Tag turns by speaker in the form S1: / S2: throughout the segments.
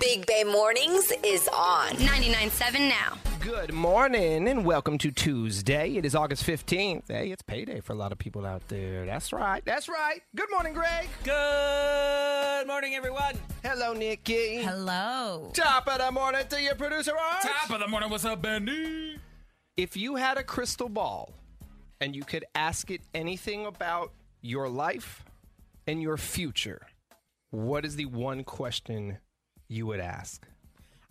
S1: Big Bay Mornings is on.
S2: 99.7 now.
S3: Good morning and welcome to Tuesday. It is August 15th. Hey, it's payday for a lot of people out there. That's right. That's right. Good morning, Greg.
S4: Good morning, everyone.
S3: Hello, Nikki.
S5: Hello.
S3: Top of the morning to your producer, Art.
S4: Top of the morning. What's up, Bendy?
S3: If you had a crystal ball and you could ask it anything about your life and your future, what is the one question you would ask?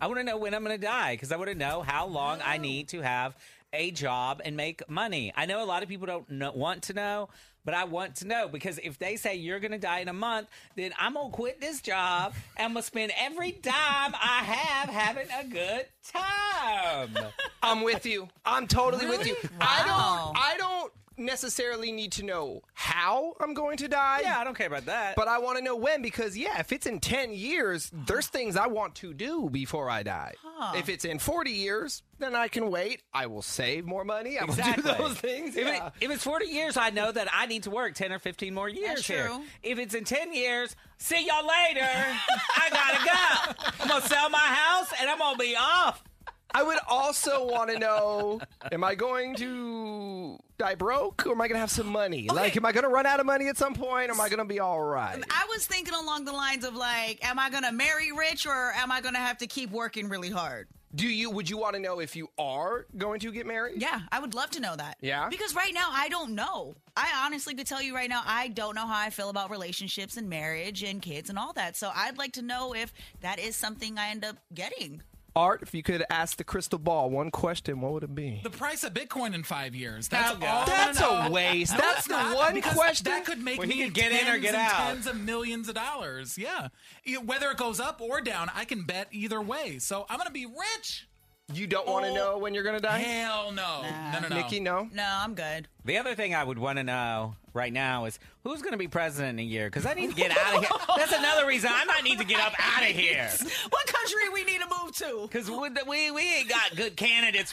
S4: I want to know when I'm going to die because I want to know how long I need to have a job and make money. I know a lot of people don't know, want to know, but I want to know because if they say you're going to die in a month, then I'm going to quit this job and I'm going to spend every dime I have having a good time.
S3: I'm with you. I'm totally with you.
S5: Wow.
S3: I don't I don't necessarily need to know how I'm going to die.
S4: yeah, I don't care about that.
S3: But I want to know when because yeah, if it's in 10 years, there's things I want to do before I die. If it's in 40 years, then I can wait. I will save more money. I
S4: Exactly.
S3: will do those things.
S4: If,
S3: Yeah.
S4: it, if it's 40 years, I know that I need to work 10 or 15 more years
S5: That's
S4: here.
S5: true.
S4: If it's in 10 years, see y'all later. I gotta go. I'm gonna sell my house and I'm gonna be off.
S3: I would also want to know am I going to die broke or am I going to have some money? Like am I going to run out of money at some point or am I going to be all right?
S4: Um,
S5: I was thinking along the lines of like, am I going to marry rich or am I going to have to keep working really hard?
S3: Do you would you want to know if you are going to get married?
S5: Yeah, I would love to know that.
S3: Yeah?
S5: Because right now, I don't know. I honestly could tell you right now, I don't know how I feel about relationships and marriage and kids and all that. So I'd like to know if that is something I end up getting.
S3: Art, if you could ask the crystal ball one question, what would it be?
S6: the price of Bitcoin in five years. That's
S4: Oh,
S6: all.
S4: God.
S6: I
S3: That's
S6: wanna
S3: a
S6: know.
S3: waste.
S6: No,
S3: That's
S6: it's
S3: the
S6: not,
S3: one
S6: because
S3: question.
S6: That could make
S4: Well, you
S6: me
S4: could get in or
S6: tens
S4: get
S6: and
S4: out.
S6: Tens of millions of dollars. Yeah, You- whether it goes up or down, I can bet either way. So I'm gonna be rich.
S3: You don't want to
S6: Oh.
S3: know when you're going to die?
S6: Hell no, no, no, no.
S3: Nikki, no.
S5: No, I'm good.
S4: The other thing I would want to know right now is who's going to be president in a year? Because I need to get out of here. That's another reason I might need to get up out of here.
S5: What country we need to move to?
S4: Because we, we, we ain't got good candidates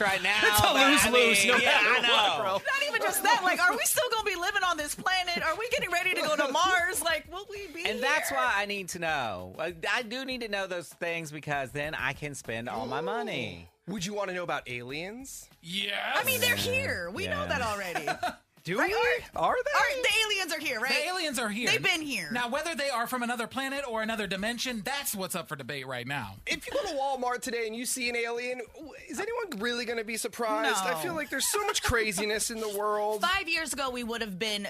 S4: right now.
S3: It's a
S4: but I
S3: lose-lose,
S4: mean,
S3: no
S4: yeah, I
S3: matter what,
S4: know.
S3: bro.
S5: Not even just that. Like, are we still going to be living on this planet? Are we getting ready to go to Mars? Like, will we be?
S4: And that's
S5: here?
S4: why I need to know. I, I do need to know those things because then I can spend all my money.
S3: Would you want to know about aliens?
S6: Yes.
S5: I mean, they're here. We know
S4: Yeah.
S5: that already. Are,
S3: Do
S5: Right,
S3: we?
S5: Art?
S3: Are they?
S5: the aliens are here, right?
S6: the aliens are here.
S5: They've been here.
S6: Now, whether they are from another planet or another dimension, that's what's up for debate right now.
S3: if you go to Walmart today and you see an alien, w- is anyone really going to be surprised?
S5: No.
S3: I feel like there's so much craziness in the world.
S5: Five years ago, we would have been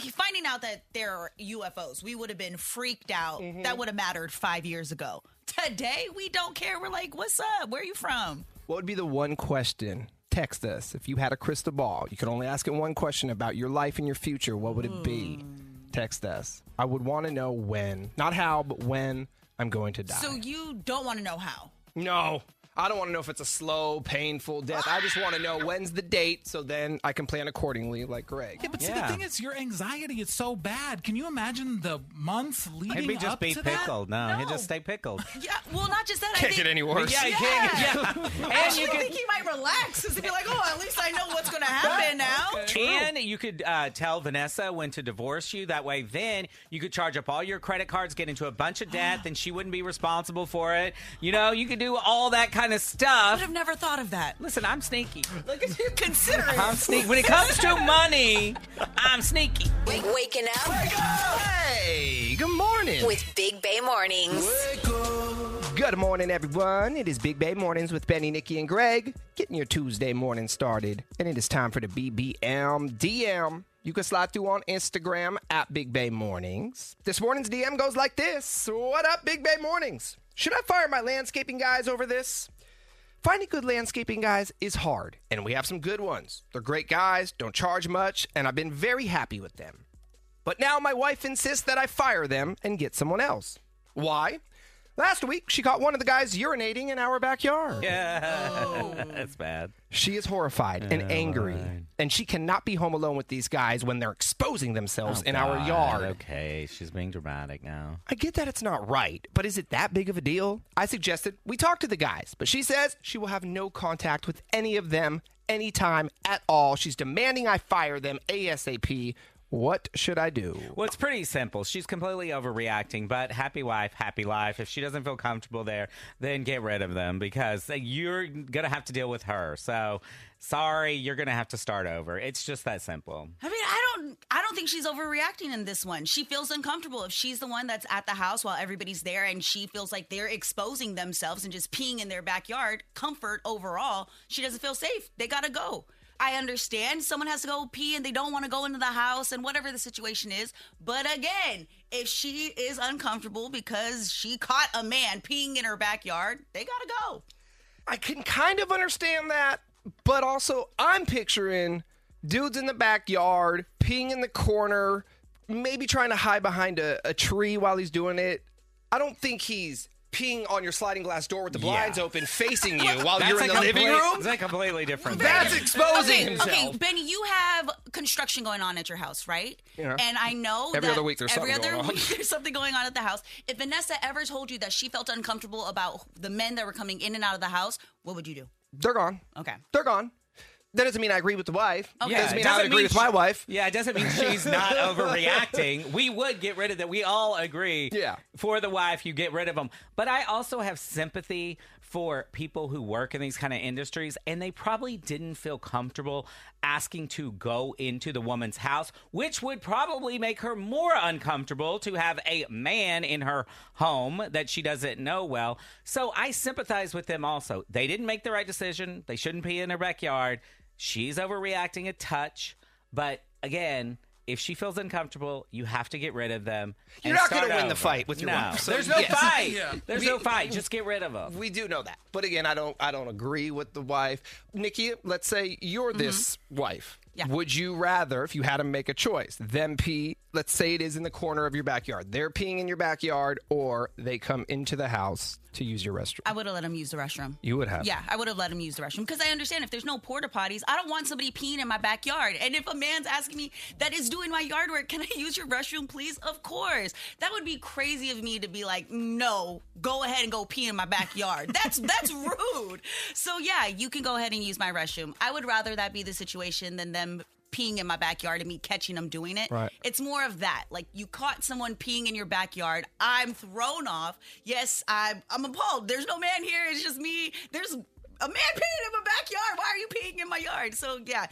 S5: finding out that there are UFOs. We would have been freaked out.
S4: Mm-hmm.
S5: That would have mattered five years ago. Today, we don't care. We're like, what's up? Where are you from?
S3: What would be the one question? Text us if you had a crystal ball. You could only ask it one question about your life and your future. What would it be?
S6: Hmm.
S3: Text us. I would want to know when, not how, but when I'm going to die.
S5: So you don't want to know how.
S3: no, I don't want to know if it's a slow, painful death. I just want to know when's the date, so then I can plan accordingly, like Greg.
S6: Yeah, but see,
S4: Yeah.
S6: the thing is, your anxiety is so bad. Can you imagine the months leading
S4: He'd be just
S6: up
S4: be
S6: to
S4: pickled.
S6: that?
S4: No,
S5: No.
S4: he'd just stay pickled.
S5: Yeah. Well, not just that. I
S3: Can't
S5: think,
S3: get any worse.
S4: yeah, you can't. Yeah. And
S5: Actually,
S4: you
S5: I
S4: could
S5: think he might relax and be like, oh, at least I know what's going to happen now.
S4: And you could uh, tell Vanessa when to divorce you. That way, then you could charge up all your credit cards, get into a bunch of debt, and she wouldn't be responsible for it. You know, you could do all that kind of
S5: I would
S4: stuff.
S5: have never thought of that.
S4: Listen, I'm sneaky.
S5: Look at you considering.
S4: I'm sneaky. When it comes to money, I'm sneaky.
S1: Wake, waking up
S3: Hey, good morning.
S1: with Big Bay Mornings.
S3: Good morning, everyone. It is Big Bay Mornings with Benny, Nikki, and Greg, getting your Tuesday morning started. And it is time for the BBM DM. You can slide through on Instagram at Big Bay Mornings. This morning's DM goes like this What up, Big Bay Mornings? Should I fire my landscaping guys over this? Finding good landscaping guys is hard, and we have some good ones. They're great guys, don't charge much, and I've been very happy with them. But now my wife insists that I fire them and get someone else. Why? Last week, she caught one of the guys urinating in our backyard.
S4: That's bad.
S3: She is horrified and angry, and she cannot be home alone with these guys when they're exposing themselves in our yard.
S4: Okay, she's being dramatic now.
S3: I get that it's not right, but is it that big of a deal? I suggested we talk to the guys, but she says she will have no contact with any of them anytime at all. She's demanding I fire them ASAP. What should I do?
S4: Well, it's pretty simple. She's completely overreacting, but happy wife, happy life. If she doesn't feel comfortable there, then get rid of them because you're going to have to deal with her. So, sorry, you're going to have to start over. It's just that simple.
S5: I mean, I don't I don't think she's overreacting in this one. She feels uncomfortable if she's the one that's at the house while everybody's there and she feels like they're exposing themselves and just peeing in their backyard. Comfort overall, she doesn't feel safe. They got to go. I understand someone has to go pee and they don't want to go into the house and whatever the situation is, but again, if she is uncomfortable because she caught a man peeing in her backyard, they got to go.
S3: I can kind of understand that, but also I'm picturing dudes in the backyard, peeing in the corner, maybe trying to hide behind a, a tree while he's doing it. I don't think he's peeing on your sliding glass door with the blinds open, facing you while Oh, you're in
S4: a
S3: the living
S4: complete-
S3: room.
S4: That's a completely different
S3: That's
S4: thing.
S3: exposing
S5: okay,
S3: himself.
S5: Okay, Benny, you have construction going on at your house, right?
S3: Yeah.
S5: And I know
S3: Every
S5: that
S3: other week there's
S5: every
S3: something
S5: other
S3: going on.
S5: week there's something going on at the house. If Vanessa ever told you that she felt uncomfortable about the men that were coming in and out of the house, what would you do?
S3: They're gone.
S5: Okay.
S3: They're gone. That doesn't mean I agree with the wife.
S4: Yeah,
S3: doesn't
S4: it
S3: mean I would agree
S4: mean
S3: with my
S4: she-
S3: wife.
S4: Yeah, it doesn't mean she's not overreacting. We would get rid of that. We all agree.
S3: Yeah.
S4: For the wife, you get rid of them. But I also have sympathy for people who work in these kind of industries, and they probably didn't feel comfortable asking to go into the woman's house, which would probably make her more uncomfortable to have a man in her home that she doesn't know well. So I sympathize with them also. They didn't make the right decision. They shouldn't pee in her backyard. She's overreacting a touch. But again, if she feels uncomfortable, you have to get rid of them.
S3: You're
S4: and
S3: not gonna
S4: start
S3: win the
S4: over.
S3: fight with your
S4: no.
S3: wife, so
S4: There's no
S3: yes.
S4: fight.
S6: Yeah.
S4: There's
S3: We-
S4: no fight. Just get rid of them.
S3: We do know that. But again, I don't I don't agree with the wife. Nikki, let's say you're this wife.
S5: Mm-hmm. Yeah.
S3: Would you rather, if you had to make a choice, them pee, let's say it is in the corner of your backyard. They're peeing in your backyard or they come into the house to use your restroom.
S5: I would have let him use the restroom.
S3: you would have.
S5: Yeah, I would have let him use the restroom because I understand if there's no porta potties, I don't want somebody peeing in my backyard. And if a man's asking me that is doing my yard work, can I use your restroom, please? Of course. That would be crazy of me to be like, no, go ahead and go pee in my backyard. That's that's rude. So yeah, you can go ahead and use my restroom. I would rather that be the situation than them peeing in my backyard and me catching them doing it.
S3: Right.
S5: It's more of that. Like you caught someone peeing in your backyard. I'm thrown off. Yes, I'm I'm appalled. There's no man here. It's just me. There's a man peeing in my backyard. Why are you peeing in my yard? So yeah,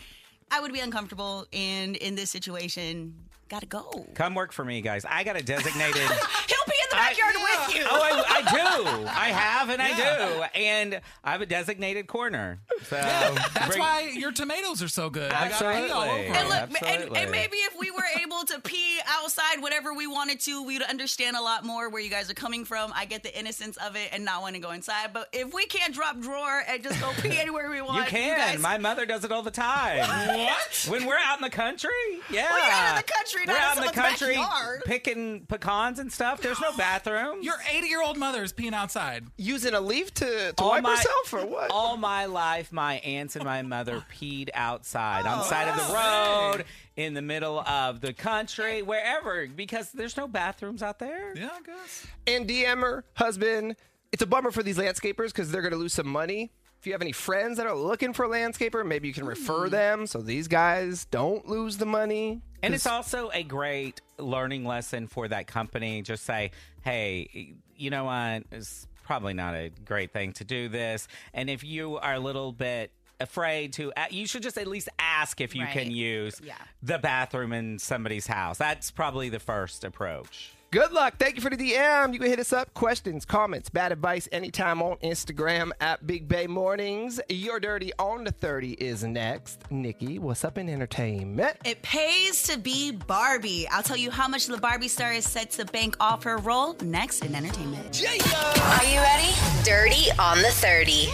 S5: I would be uncomfortable and in this situation, gotta go. He'll pee
S4: Come work for me, guys. I got a designated.
S5: in the
S4: I-
S5: backyard with you.
S4: oh, I, I do. I have and I do. And I have a designated corner. So
S6: That's
S4: bring-
S6: why your tomatoes are so good. I got pee all
S4: Absolutely.
S6: over.
S5: And look, ma- and,
S4: Absolutely.
S5: and maybe if we were able to pee outside, whatever we wanted to, we'd understand a lot more where you guys are coming from. I get the innocence of it and not want to go inside. But if we can't drop drawer and just go pee anywhere we want,
S4: You can.
S5: guys,
S4: My mother does it all the time.
S6: What?
S4: When we're out in the country, yeah,
S5: Well, you're out in the country,
S4: we're
S5: not in
S4: out in the
S5: someone's
S4: country
S5: backyard.
S4: picking pecans and stuff. There's no bathroom.
S6: Your 80 year old mother is peeing outside.
S3: Using a leaf to, to wipe herself or what?
S4: All my life, my aunts and my mother peed outside on the side of the road, in the middle of the country, wherever, because there's no bathrooms out there.
S6: Yeah, I guess.
S3: and DM her husband. It's a bummer for these landscapers because they're going to lose some money. If you have any friends that are looking for a landscaper, maybe you can
S5: Hmm.
S3: refer them so these guys don't lose the money.
S4: And it's also a great learning lesson for that company. Just say, hey, you know what? It's probably not a great thing to do this. And if you are a little bit afraid to, uh, you should just at least ask if you
S5: Right.
S4: can use
S5: Yeah.
S4: the bathroom in somebody's house. That's probably the first approach.
S3: Good luck. Thank you for the DM. You can hit us up. Questions, comments, bad advice anytime on Instagram at Big Bay Mornings. Your Dirty on the 30 is next. Nikki, what's up in entertainment?
S5: It pays to be Barbie. I'll tell you how much the Barbie star is set to bank off her role next in entertainment.
S1: Are you ready? Dirty on the 30.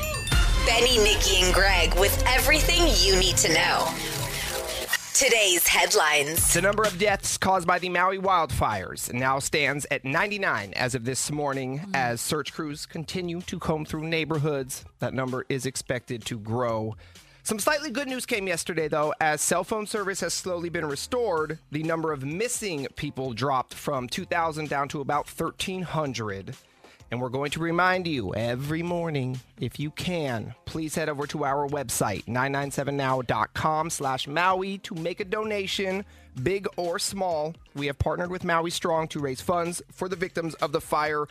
S1: Benny, Nikki, and Greg with everything you need to know. Today's headlines.
S3: The number of deaths caused by the Maui wildfires now stands at 99 as of this morning as search crews continue to comb through neighborhoods. That number is expected to grow. Some slightly good news came yesterday, though, as cell phone service has slowly been restored. The number of missing people dropped from 2,000 down to about 1,300. And we're going to remind you every morning, if you can, please head over to our website, 997now.com slash Maui to make a donation, big or small. We have partnered with Maui Strong to raise funds for the victims of the fire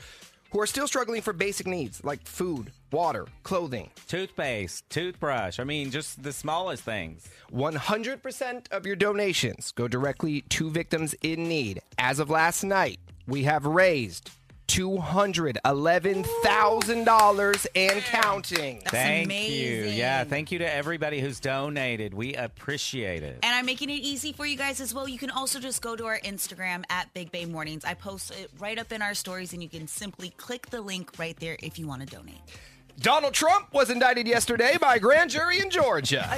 S3: who are still struggling for basic needs like food, water, clothing.
S4: Toothpaste, toothbrush. I mean, just the smallest things.
S3: 100% of your donations go directly to victims in need. As of last night, we have raised $211,000 and counting.
S4: thank you.
S5: amazing.
S4: Yeah, thank you to everybody who's donated. We appreciate it.
S5: And I'm making it easy for you guys as well. You can also just go to our Instagram at Big Bay Mornings. I post it right up in our stories, and you can simply click the link right there if you want to donate.
S3: Donald Trump was indicted yesterday by a grand jury in Georgia.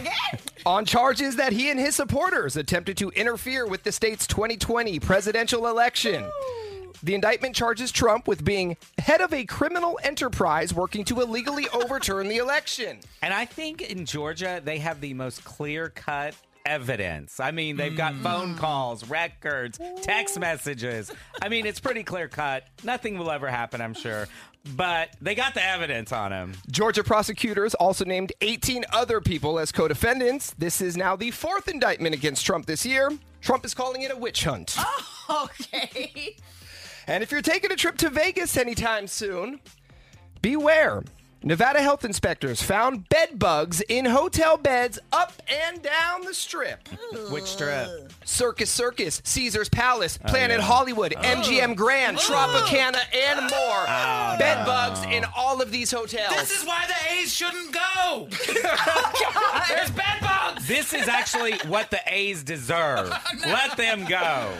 S3: On charges that he and his supporters attempted to interfere with the state's 2020 presidential election. The indictment charges Trump with being head of a criminal enterprise working to illegally overturn the election.
S4: And I think in Georgia, they have the most clear cut evidence. I mean, they've got phone calls, records, text messages. I mean, it's pretty clear cut. Nothing will ever happen, I'm sure. But they got the evidence on him.
S3: Georgia prosecutors also named 18 other people as co defendants. This is now the fourth indictment against Trump this year. Trump is calling it a witch hunt.
S6: Oh,
S5: Okay.
S3: And if you're taking a trip to Vegas anytime soon, beware. Nevada health inspectors found bed bugs in hotel beds up and down the strip.
S4: Which strip?
S3: Circus Circus, Caesar's Palace, Planet
S4: yeah.
S3: Hollywood, MGM Grand, Tropicana, and more. bed bugs in all of these hotels.
S6: This is why the A's shouldn't go. Oh, There's bed bugs.
S4: This is actually what the A's deserve. Let them go.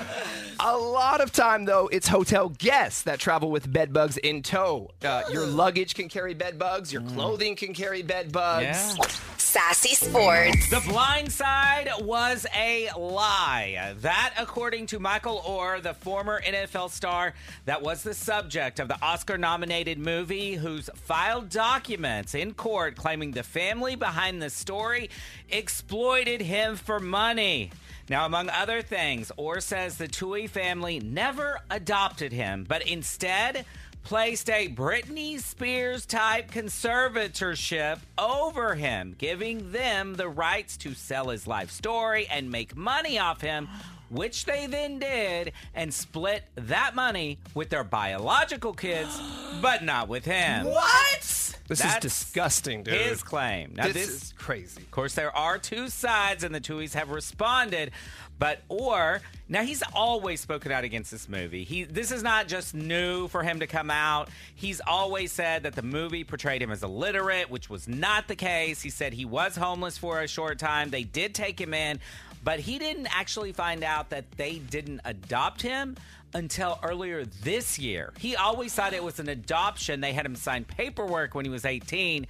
S3: A lot of time, though, it's hotel guests that travel with bed bugs in tow. Uh, your luggage can carry bed bugs. Your clothing can carry bed bugs.
S4: Yeah.
S1: Sassy Sports.
S4: The blind side was a lie. That, according to Michael Orr, the former NFL star that was the subject of the Oscar nominated movie, who's filed documents in court claiming the family behind the story exploited him for money. Now, among other things, Orr says the Tui family never adopted him, but instead, placed a Britney Spears type conservatorship over him, giving them the rights to sell his life story and make money off him, which they then did and split that money with their biological kids, but not with him.
S5: What?
S3: This
S4: That's
S3: is disgusting, dude.
S4: His claim. Now,
S3: this,
S4: this,
S3: is crazy.
S4: of course, there are two sides, and the Tuies have responded. But or now he's always spoken out against this movie. He this is not just new for him to come out. He's always said that the movie portrayed him as illiterate, which was not the case. He said he was homeless for a short time. They did take him in, but he didn't actually find out that they didn't adopt him until earlier this year. He always thought it was an adoption. They had him sign paperwork when he was 18,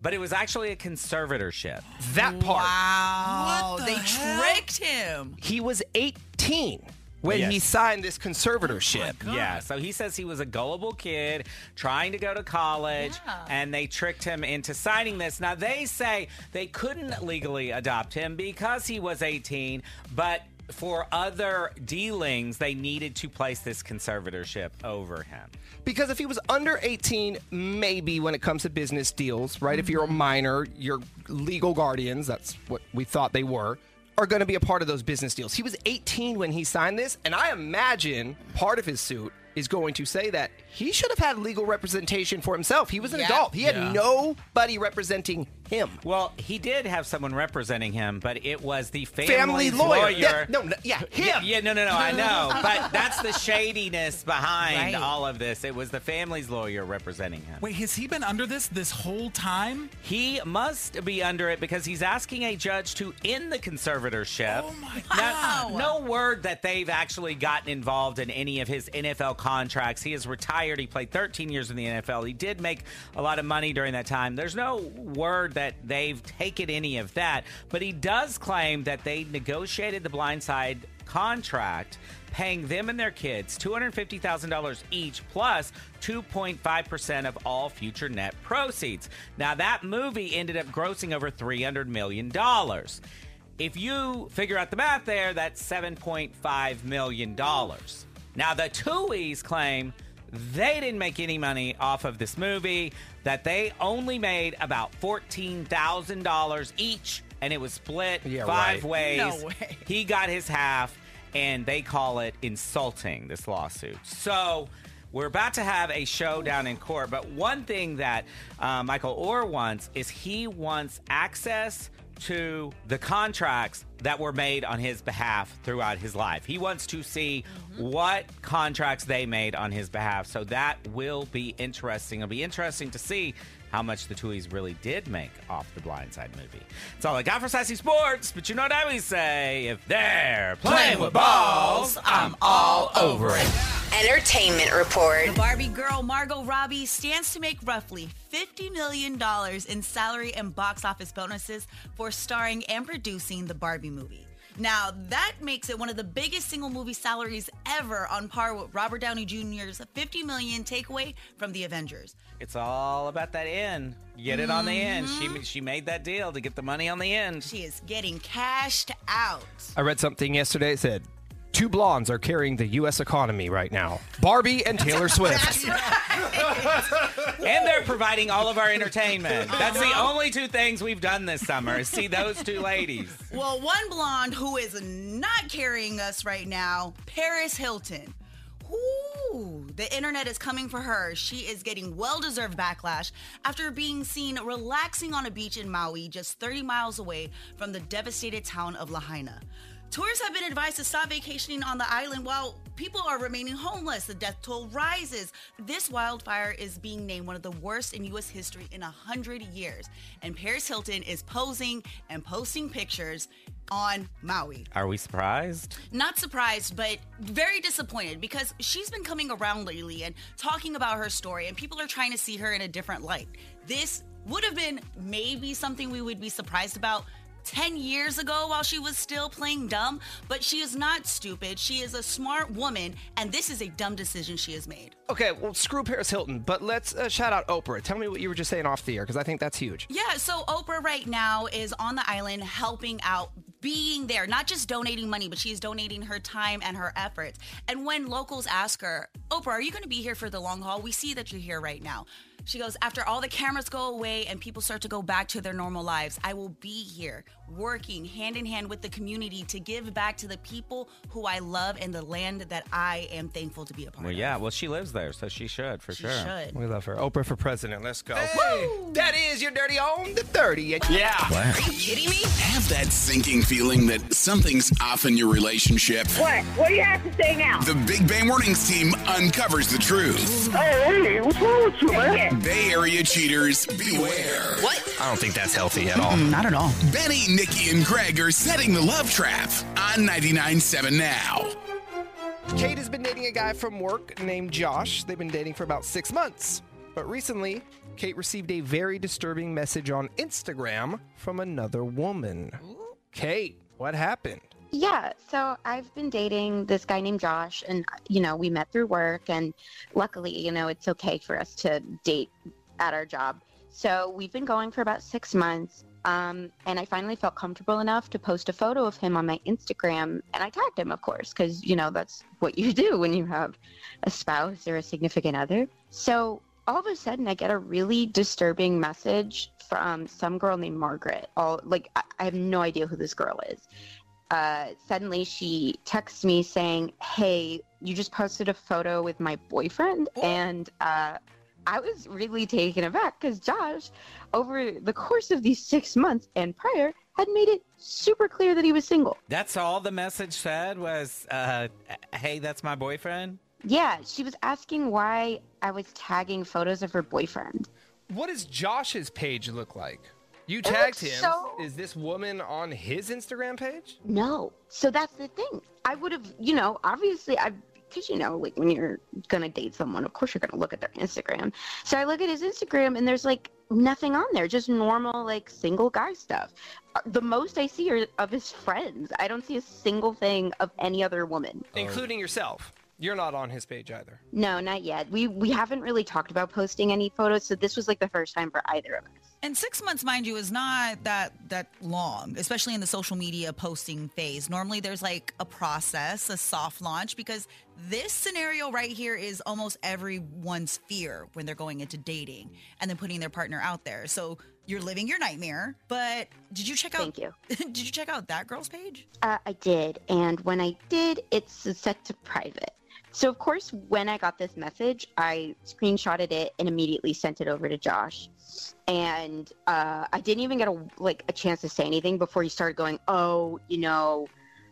S4: but it was actually a conservatorship.
S3: That part.
S5: Wow.
S6: What Oh, the
S5: they
S6: hell?
S5: tricked him.
S3: He was 18 when
S4: Yes.
S3: he signed this conservatorship.
S4: Yeah, so he says he was a gullible kid trying to go to college,
S5: Yeah.
S4: and they tricked him into signing this. Now, they say they couldn't legally adopt him because he was 18, but for other dealings, they needed to place this conservatorship over him.
S3: Because if he was under 18, maybe when it comes to business deals, right? If you're a minor, your legal guardians, that's what we thought they were, are going to be a part of those business deals. He was 18 when he signed this, and I imagine part of his suit is going to say that he should have had legal representation for himself. He was an
S5: Yeah.
S3: adult, he had
S6: Yeah.
S3: nobody representing him.
S4: Well, he did have someone representing him, but it was the
S3: Family
S4: family's
S3: lawyer. Yeah, no, no, yeah, him.
S4: Yeah, yeah, no, no, no, I know. But that's the shadiness behind
S5: Right.
S4: all of this. It was the family's lawyer representing him.
S6: Wait, has he been under this this whole time?
S4: He must be under it because he's asking a judge to end the conservatorship.
S6: Oh my
S4: Now,
S5: Wow.
S4: No word that they've actually gotten involved in any of his NFL contracts. He is retired. He played 13 years in the NFL. He did make a lot of money during that time. There's no word that they've taken any of that, but he does claim that they negotiated the blindside contract paying them and their kids $250,000 each plus 2.5% of all future net proceeds. Now, that movie ended up grossing over $300 million. If you figure out the math there, that's $7.5 million. Now, the Tuies claim they didn't make any money off of this movie, that they only made about $14,000 each, and it was split
S3: Yeah,
S4: five
S3: right.
S4: ways.
S2: No way.
S4: He got his half, and they call it insulting, this lawsuit. So we're about to have a showdown in court, but one thing that uh, Michael Orr wants is he wants access to the contracts that were made on his behalf throughout his life. He wants to see
S2: Mm-hmm.
S4: what contracts they made on his behalf. So that will be interesting. It'll be interesting to see how much the Tuies really did make off the Blindside movie. That's all I got for Sassy Sports, but you know what I always say if they're playing with balls, I'm all over it.
S1: Entertainment Report.
S5: The Barbie girl Margot Robbie stands to make roughly $50 million in salary and box office bonuses for starring and producing the Barbie movie. Now, that makes it one of the biggest single movie salaries ever on par with Robert Downey Jr.'s 50 million takeaway from the Avengers.
S4: It's all about that end. Get it on the end.
S5: Mm-hmm.
S4: She she made that deal to get the money on the end.
S5: She is getting cashed out.
S3: I read something yesterday that said two blondes are carrying the U.S. economy right now Barbie and Taylor Swift.
S4: And they're providing all of our entertainment. That's the
S5: Uh-huh.
S4: only two things we've done this summer is see those two ladies.
S5: Well, one blonde who is not carrying us right now, Paris Hilton. Ooh, the internet is coming for her. She is getting well deserved backlash after being seen relaxing on a beach in Maui, just 30 miles away from the devastated town of Lahaina. Tourists have been advised to stop vacationing on the island while people are remaining homeless. The death toll rises. This wildfire is being named one of the worst in U.S. history in 100 years. And Paris Hilton is posing and posting pictures on Maui
S4: Are we surprised?
S5: not surprised, but very disappointed because she's been coming around lately and talking about her story, and people are trying to see her in a different light. This would have been maybe something we would be surprised about. 10 years ago, while she was still playing dumb, but she is not stupid. She is a smart woman, and this is a dumb decision she has made.
S3: okay, well, screw Paris Hilton, but let's uh, shout out Oprah. Tell me what you were just saying off the air because I think that's huge.
S5: Yeah, so Oprah right now is on the island helping out, being there, not just donating money, but she's donating her time and her efforts. And when locals ask her, Oprah, are you going to be here for the long haul? We see that you're here right now. She goes, after all the cameras go away and people start to go back to their normal lives, I will be here working hand in hand with the community to give back to the people who I love and the land that I am thankful to be a part
S4: Well,
S5: of.
S4: yeah. Well, she lives there, so she should for
S5: She
S4: sure.
S5: should.
S3: We love her. Oprah for president. Let's go.
S6: Hey!
S3: That is your dirty on the 30. Yeah.
S1: Are you kidding me?
S7: Have that sinking feeling that something's off in your relationship.
S8: What? What do you have to say now?
S7: The Big Bang Warnings team uncovers the truth.
S8: Hey, hey, what's wrong with you, man?
S7: Bay Area cheaters, beware.
S1: What?
S3: I don't think that's healthy at all.
S5: Not at all.
S7: Benny, Nikki, and Greg are setting the love trap on 99.7 now.
S3: Kate has been dating a guy from work named Josh. They've been dating for about six months. But recently, Kate received a very disturbing message on Instagram from another woman. Kate, what happened?
S9: Yeah, so I've been dating this guy named Josh, and you know, we met through work, and luckily, you know, it's okay for us to date at our job. So we've been going for about six months, um, and I finally felt comfortable enough to post a photo of him on my Instagram, and I tagged him, of course, because you know that's what you do when you have a spouse or a significant other. So all of a sudden, I get a really disturbing message from some girl named Margaret. All like I, I have no idea who this girl is uh, suddenly she texts me saying, Hey, you just posted a photo with my boyfriend.
S3: Oh.
S9: And uh, I was really taken aback because Josh, over the course of these six months and prior, had made it super clear that he was single.
S4: That's all the message said was, uh, "Hey, that's my boyfriend."
S9: Yeah, she was asking why I was tagging photos of her boyfriend.
S3: What does Josh's page look like? You tagged
S9: looks
S3: him.
S9: so-
S3: Is this woman on his Instagram page?
S9: No. So that's the thing. I would have, you know, obviously I because you know, like when you're gonna date someone, of course you're gonna look at their Instagram. So I look at his Instagram and there's like nothing on there, just normal like single guy stuff. Uh, The most I see are of his friends. I don't see a single thing of any other woman.
S3: Including yourself. You're not on his page either.
S9: No, not yet. We we haven't really talked about posting any photos, so this was like the first time for either of us.
S5: And six months, mind you, is not that that long, especially in the social media posting phase. Normally, there's like a process, a soft launch, because this scenario right here is almost everyone's fear when they're going into dating and then putting their partner out there. So you're living your nightmare. But did you check out?
S9: Thank you.
S5: did you check out that girl's page?
S9: Uh, I did. And when I did, it's set to private. So, of course, when I got this message, I screenshotted it and immediately sent it over to Josh. And uh, I didn't even get a, like a chance to say anything before he started going, "Oh, you know,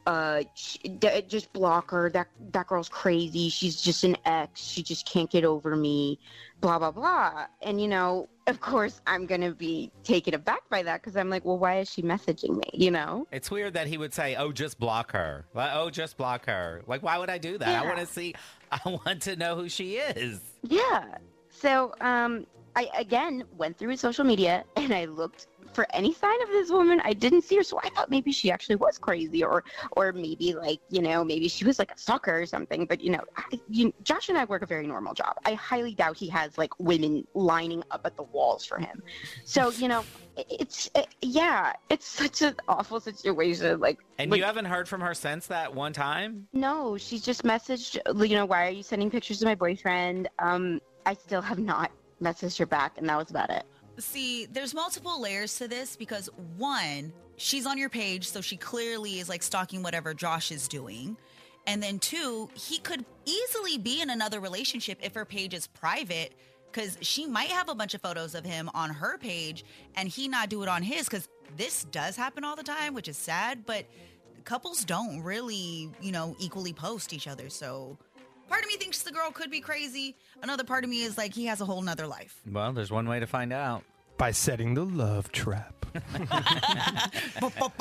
S9: uh, sh- d- just block her. That that girl's crazy. She's just an ex. She just can't get over me." Blah blah blah. And you know, of course, I'm gonna be taken aback by that because I'm like, "Well, why is she messaging me?" You know.
S4: It's weird that he would say, "Oh, just block her." Like, "Oh, just block her." Like, why would I do that? I
S9: Yeah.
S4: want to see. I want to know who she is.
S9: Yeah. So um, I again went through his social media and I looked for any sign of this woman. I didn't see her, so I thought maybe she actually was crazy, or or maybe like you know maybe she was like a sucker or something. But you know, I, you, Josh and I work a very normal job. I highly doubt he has like women lining up at the walls for him. So you know, it- it's it, yeah, it's such an awful situation. Like
S4: And
S9: like,
S4: you haven't heard from her since that one time.
S9: no, she just messaged, you know, why are you sending pictures to my boyfriend? Um, I still have not messaged her back, and that was about it.
S5: See, there's multiple layers to this because one, she's on your page, so she clearly is like stalking whatever Josh is doing. And then two, he could easily be in another relationship if her page is private because she might have a bunch of photos of him on her page and he not do it on his because this does happen all the time, which is sad, but couples don't really, you know, equally post each other. So part of me thinks the girl could be crazy. Another part of me is like, he has a whole nother life.
S4: Well, there's one way to find out.
S3: By setting the love trap.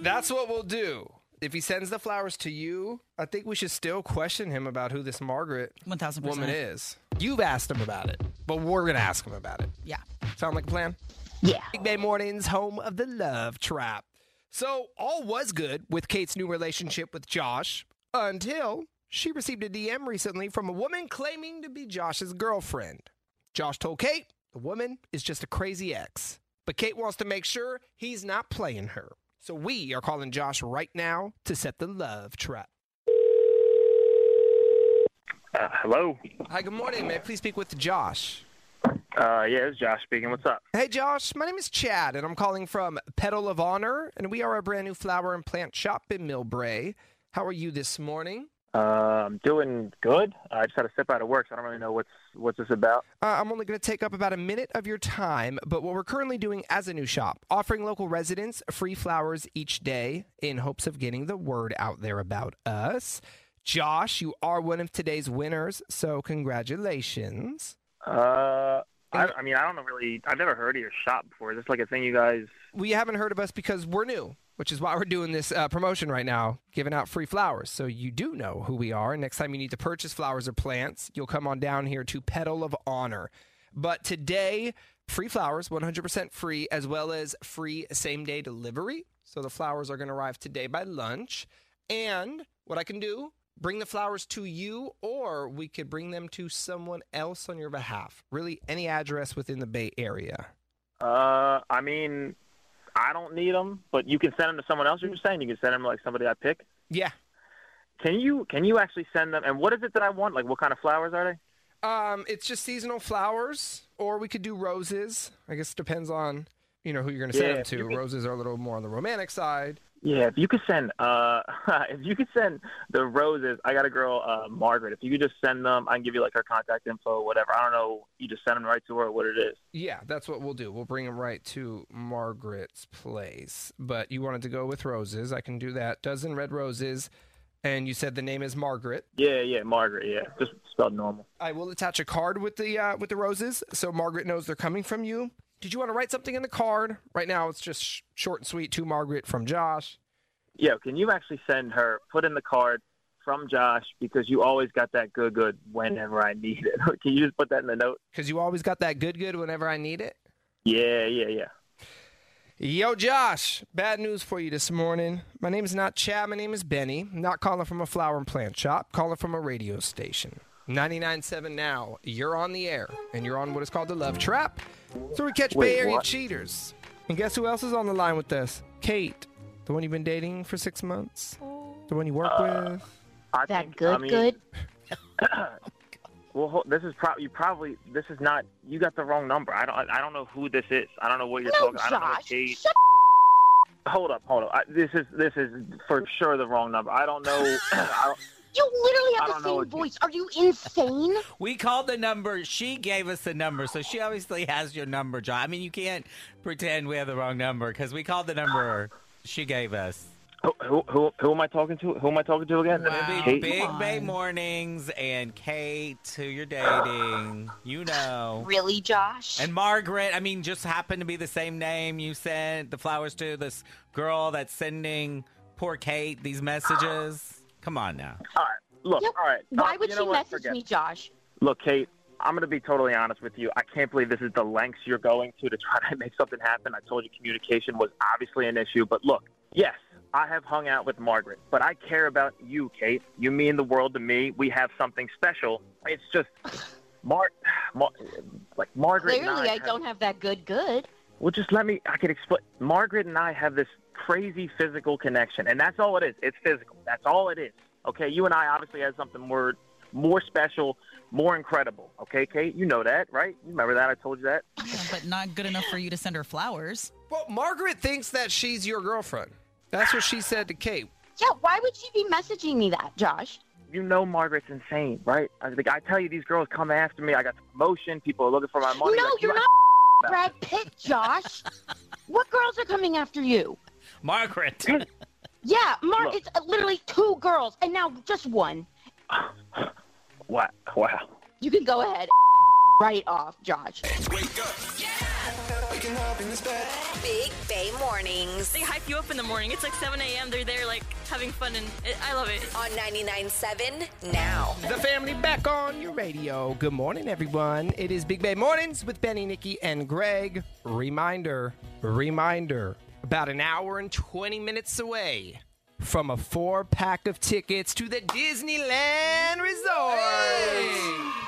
S3: That's what we'll do. If he sends the flowers to you, I think we should still question him about who this Margaret
S5: 1000%.
S3: woman is. You've asked him about it, but we're going to ask him about it.
S5: Yeah.
S3: Sound like a plan?
S9: Yeah.
S3: Big Bay Mornings, home of the love trap. So, all was good with Kate's new relationship with Josh until she received a DM recently from a woman claiming to be Josh's girlfriend. Josh told Kate the woman is just a crazy ex, but Kate wants to make sure he's not playing her. So, we are calling Josh right now to set the love trap.
S2: Uh, hello.
S3: Hi, good morning, man. Please speak with Josh.
S2: Uh, yeah, it's Josh speaking. What's up?
S3: Hey Josh, my name is Chad, and I'm calling from Petal of Honor, and we are a brand new flower and plant shop in Millbrae. How are you this morning?
S2: Uh, I'm doing good. I just had to step out of work, so I don't really know what's what's this about.
S3: Uh, I'm only going to take up about a minute of your time, but what we're currently doing as a new shop, offering local residents free flowers each day in hopes of getting the word out there about us. Josh, you are one of today's winners, so congratulations.
S2: Uh, I, I mean, I don't know really. I've never heard of your shop before. Is this like a thing you guys?
S3: we haven't heard of us because we're new, which is why we're doing this uh, promotion right now, giving out free flowers. So you do know who we are. And next time you need to purchase flowers or plants, you'll come on down here to Petal of Honor. But today, free flowers, 100% free, as well as free same day delivery. So the flowers are going to arrive today by lunch. And what I can do, bring the flowers to you, or we could bring them to someone else on your behalf. Really, any address within the Bay Area.
S2: Uh, I mean, I don't need them, but you can send them to someone else. You're saying you can send them to like somebody I pick.
S3: Yeah.
S2: Can you can you actually send them? And what is it that I want? Like, what kind of flowers are they?
S3: Um, it's just seasonal flowers, or we could do roses. I guess it depends on you know who you're going to send
S2: Yeah,
S3: them
S2: if
S3: to.
S2: you could-
S3: Roses are a little more on the romantic side.
S2: Yeah, if you could send uh, if you could send the roses, I got a girl, uh, Margaret. If you could just send them, I can give you like her contact info, whatever. I don't know. You just send them right to her, what it is.
S3: Yeah, that's what we'll do. We'll bring them right to Margaret's place. But you wanted to go with roses. I can do that. Dozen red roses, and you said the name is Margaret.
S2: Yeah, yeah, Margaret. Yeah, just spelled normal.
S3: I will attach a card with the uh, with the roses, so Margaret knows they're coming from you. Did you want to write something in the card? Right now, it's just sh- short and sweet to Margaret from Josh.
S2: Yeah, can you actually send her? Put in the card from Josh because you always got that good, good whenever I need it. can you just put that in the note?
S3: Because you always got that good good whenever I need it.
S2: Yeah, yeah, yeah.
S3: Yo, Josh, bad news for you this morning. My name is not Chad, my name is Benny. Not calling from a flower and plant shop, calling from a radio station. 99.7 now. You're on the air, and you're on what is called the Love Trap. So we catch
S2: Wait,
S3: Bay Area
S2: what?
S3: cheaters. And guess who else is on the line with us? Kate, the one you've been dating for six months, the one you work
S2: Uh.
S3: with.
S2: I
S9: That
S2: think-
S9: good,
S2: I mean,
S9: good.
S2: Well, hold- this is probably you probably this is not you got the wrong number. I don't I don't know who this is. I don't know what you're
S9: No,
S2: talking. I don't know
S9: Josh.
S2: what Kate.
S9: Shut
S2: Hold up, hold up. I, this is this is for sure the wrong number. I don't know. I don't,
S9: You literally
S2: I
S9: have
S2: don't
S9: the
S2: know
S9: same
S2: what you-
S9: voice. Are you insane?
S4: We called the number. She gave us the number, so she obviously has your number, John. I mean, you can't pretend we have the wrong number because we called the number she gave us.
S2: who, who, who, who am I talking to? Who am I talking to again?
S4: It'd be
S2: Kate?
S4: Big Bay Mornings and Kate, who you're dating, you know.
S9: really, Josh?
S4: And Margaret, I mean, just happened to be the same name you sent the flowers to, this girl that's sending poor Kate these messages. Come on now.
S2: All right. Look,
S9: Yep.
S2: all right.
S9: Why
S2: Uh,
S9: would
S2: you
S9: you
S2: know
S9: she
S2: what?
S9: message
S2: Forget
S9: me, Josh?
S2: Look, Kate, I'm going to be totally honest with you. I can't believe this is the lengths you're going to to try to make something happen. I told you communication was obviously an issue, but look, yes, I have hung out with Margaret, but I care about you, Kate. You mean the world to me. We have something special. It's just Mar, Mar- like Margaret and
S9: Clearly,
S2: I
S9: I
S2: have-
S9: don't have that good good.
S2: well, just let me. I could explain. Margaret and I have this crazy physical connection, and that's all it is. It's physical. That's all it is. Okay, you and I obviously had something more, more special, more incredible. Okay, Kate, you know that, right? You remember that? I told you that.
S10: Yeah, but not good enough for you to send her flowers.
S3: Well, Margaret thinks that she's your girlfriend. That's what she said to Kate.
S9: Yeah, why would she be messaging me that, Josh?
S2: You know Margaret's insane, right? I, like, I tell you, these girls come after me. I got the promotion. People are looking for my money.
S9: no,
S2: Like, you
S9: you're
S2: know-
S9: not Brad Pitt, Josh. what girls are coming after you?
S4: Margaret.
S9: Yeah, Mar,
S2: Look.
S9: it's uh, literally two girls, and now just one.
S2: What? Wow.
S9: You can go ahead right off, Josh.
S1: Big Bay Mornings
S11: They hype you up in the morning. It's like 7 a.m. They're there, like having fun, and it, I love it.
S1: on 99.7 now.
S3: The family back on your radio. Good morning, everyone. It is Big Bay Mornings with Benny, Nikki, and Greg. Reminder, reminder, about an hour and 20 minutes away from a four pack of tickets to the Disneyland Resort.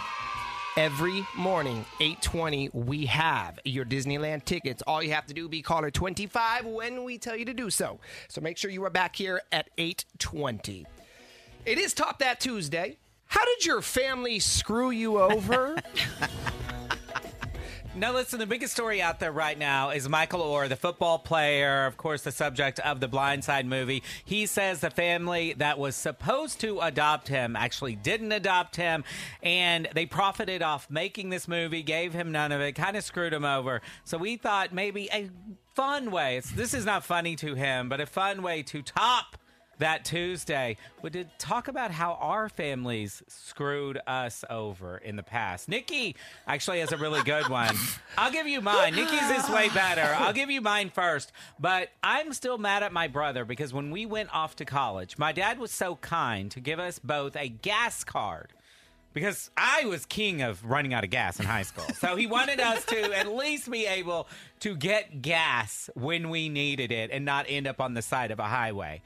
S3: Every morning, 820, we have your Disneyland tickets. All you have to do be caller 25 when we tell you to do so. So make sure you are back here at 820. It is Top That Tuesday. How did your family screw you over?
S4: Now, listen, the biggest story out there right now is Michael Orr, the football player, of course, the subject of the Blind Side movie. He says the family that was supposed to adopt him actually didn't adopt him, and they profited off making this movie, gave him none of it, kind of screwed him over. So we thought maybe a fun way, it's, this is not funny to him, but a fun way to top that Tuesday, we did talk about how our families screwed us over in the past. Nikki actually has a really good one. I'll give you mine. Nikki's is way better. I'll give you mine first. But I'm still mad at my brother because when we went off to college, my dad was so kind to give us both a gas card because I was king of running out of gas in high school. So he wanted us to at least be able to get gas when we needed it and not end up on the side of a highway.